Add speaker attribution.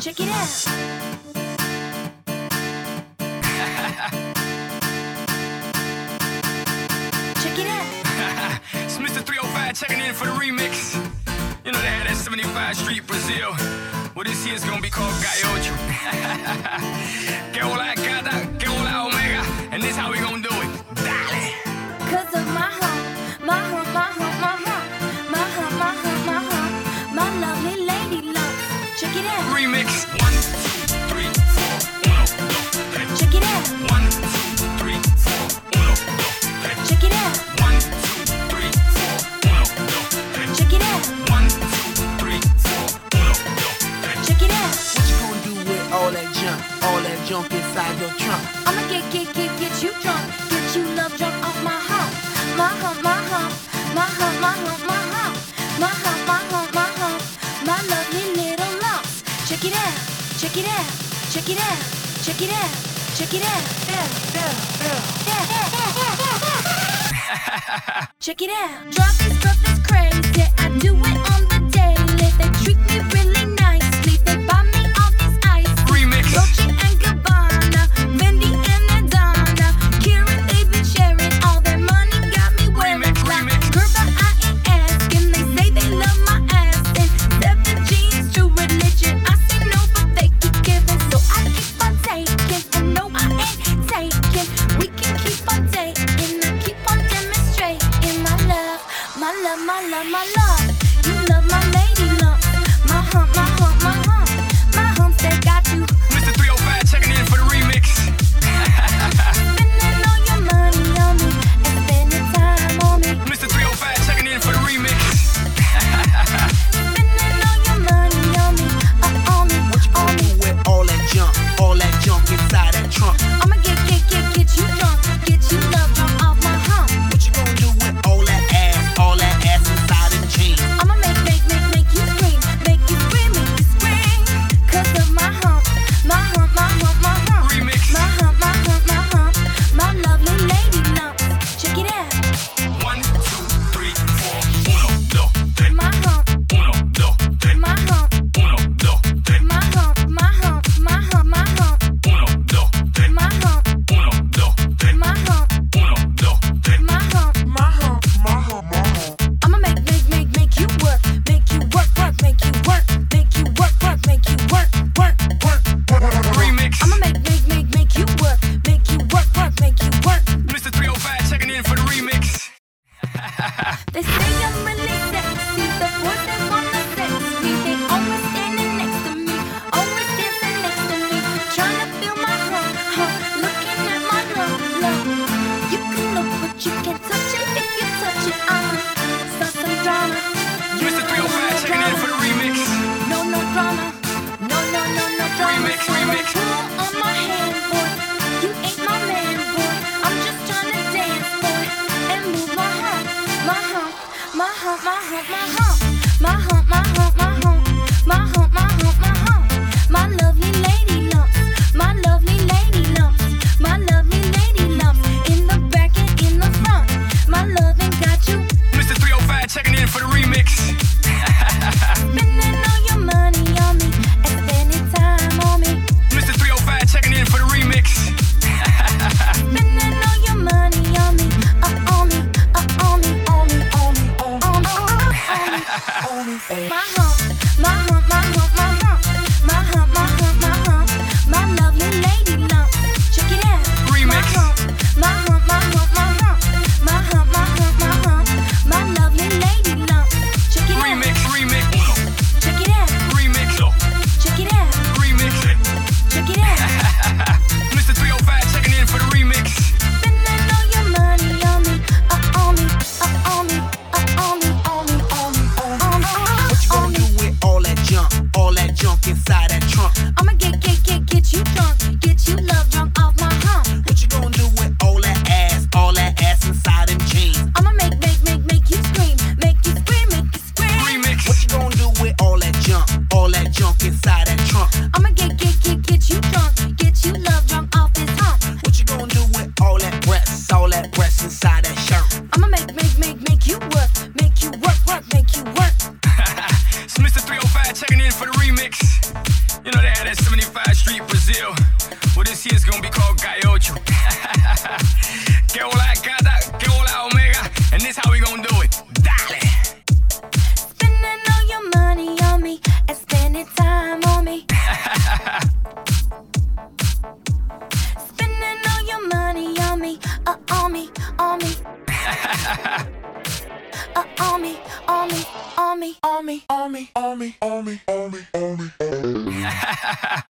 Speaker 1: Check it out. Check it out.
Speaker 2: It's Mr. 305 checking in for the remix. You know they had that 75 Street Brazil. Well, this here's gonna be called Gaiocho. que hola gata, que hola omega, and this how we gonna do it. Dale.
Speaker 1: Cause of my hump, my hump, my hump, my hump, my hump, my hump, my hump, my lovely lady love. Check it out.
Speaker 2: Remix. One, two, three, four, uno, dos, tres.
Speaker 1: Check it out.
Speaker 2: One, two, three, four, uno, dos, tres.
Speaker 1: Check it out.
Speaker 2: One, two, three, four, uno, dos, tres.
Speaker 1: Check it out.
Speaker 2: One, two, three, four, uno, dos, tres.
Speaker 1: Check it out.
Speaker 3: What you gonna do with all that junk? All that junk inside your trunk?
Speaker 1: I'ma get, get, get, get you drunk. Get you love drunk off my hump. My hump, my hump, my hump, my hump, my hump. My hump, my hump, my hump. My lovely little lumps. Check it out, check it out, check it out, check it out, check it out. Yeah, yeah, yeah, yeah, yeah, yeah, yeah. Check it out. Drop this stuff is crazy. I do it on the daily. They treat me really nicely. They buy me all these ice
Speaker 2: Remix.
Speaker 1: Dolce and Gabbana, Fendi and Adana, Karen, they've been sharing all their money, got me wearing
Speaker 2: Remix,
Speaker 1: black.
Speaker 2: remix.
Speaker 1: Girl, but I ain't asking. They say they love my ass and seven G's to religion. I say no, but they keep giving, so I keep on taking. And no, I ain't taking. We can keep on dating and keep on demonstrating my love, my love, my love, my love. You love my lady lump, my hump, my hump, my hump, my hump that got you.
Speaker 2: Mr. 305 checking in for the remix.
Speaker 1: Spending all your money on me and spending time on me.
Speaker 2: Mr. 305 checking in for the remix.
Speaker 1: Spending all your money on me, uh, on me,
Speaker 3: What you
Speaker 1: on
Speaker 3: gonna
Speaker 1: me.
Speaker 3: do with all that junk? All that junk inside that trunk?
Speaker 1: I'ma get, get, get, get you drunk, get you love drunk off my hump.
Speaker 3: What you gonna do with all that ass? All that ass inside them jeans?
Speaker 1: I'ma make, make, make, make you scream, make you scream, make you scream. 'Cause of my hump, my hump, my hump, my hump.
Speaker 2: Remix.
Speaker 1: My hump, my hump, my hump, my lovely lady lumps. Check it out,
Speaker 2: One, two, three, four. Uno, dos, tres.
Speaker 1: my hump,
Speaker 2: Uno, dos, tres.
Speaker 1: my hump,
Speaker 2: Uno, dos, tres.
Speaker 1: my hump, my hump, my hump, my hump,
Speaker 2: Uno, dos, tres.
Speaker 1: my hump,
Speaker 2: Uno, dos, tres.
Speaker 1: my hump,
Speaker 2: Uno, dos, tres.
Speaker 1: my hump. I'ma make, make, make, make you work, make you work, work, make you work, make you work, work, make you work, work, work.
Speaker 2: Remix.
Speaker 1: I'ma make, make, make, make you work, make you work, work, make you work.
Speaker 2: Mr. 305 checking in for the remix.
Speaker 1: They say I'm really sexy, the boys they wanna sex me. They always standing next to me, always dancing next to me, trying to feel my heart, heart, looking at my love, love. You can look, but you can't touch it if you touch it. I'ma start some drama. You
Speaker 2: Mr.
Speaker 1: know I'm
Speaker 2: 305
Speaker 1: a
Speaker 2: checking in
Speaker 1: drama.
Speaker 2: for the remix.
Speaker 1: No, no drama. No, no, no, no drama.
Speaker 2: Remix, remix.
Speaker 1: Pull on my hand, boy. You ain't my man, boy. I'm just trying to dance, boy. And move my hump, my hump, my hump, my hump, my hump. My hump, my hump, my hump. My hump, my hump, my hump. My lovely lady lumps. My lovely lady lumps. My lovely lady lumps. In the back and in the front. My loving got you.
Speaker 2: Mr. 305 checking in for the remix.
Speaker 1: Spending all your money on me. And spending time on me.
Speaker 2: Mr. 305 checking in for the remix.
Speaker 1: Spending all your money on me, uh, on me, uh, on me, on me, on me, on me, on me, on me, on me.
Speaker 2: oh
Speaker 1: me, uh, on me, on me. uh, on me, on me,
Speaker 2: on me, on
Speaker 1: on me, on me.
Speaker 2: me, on me, on me, on me.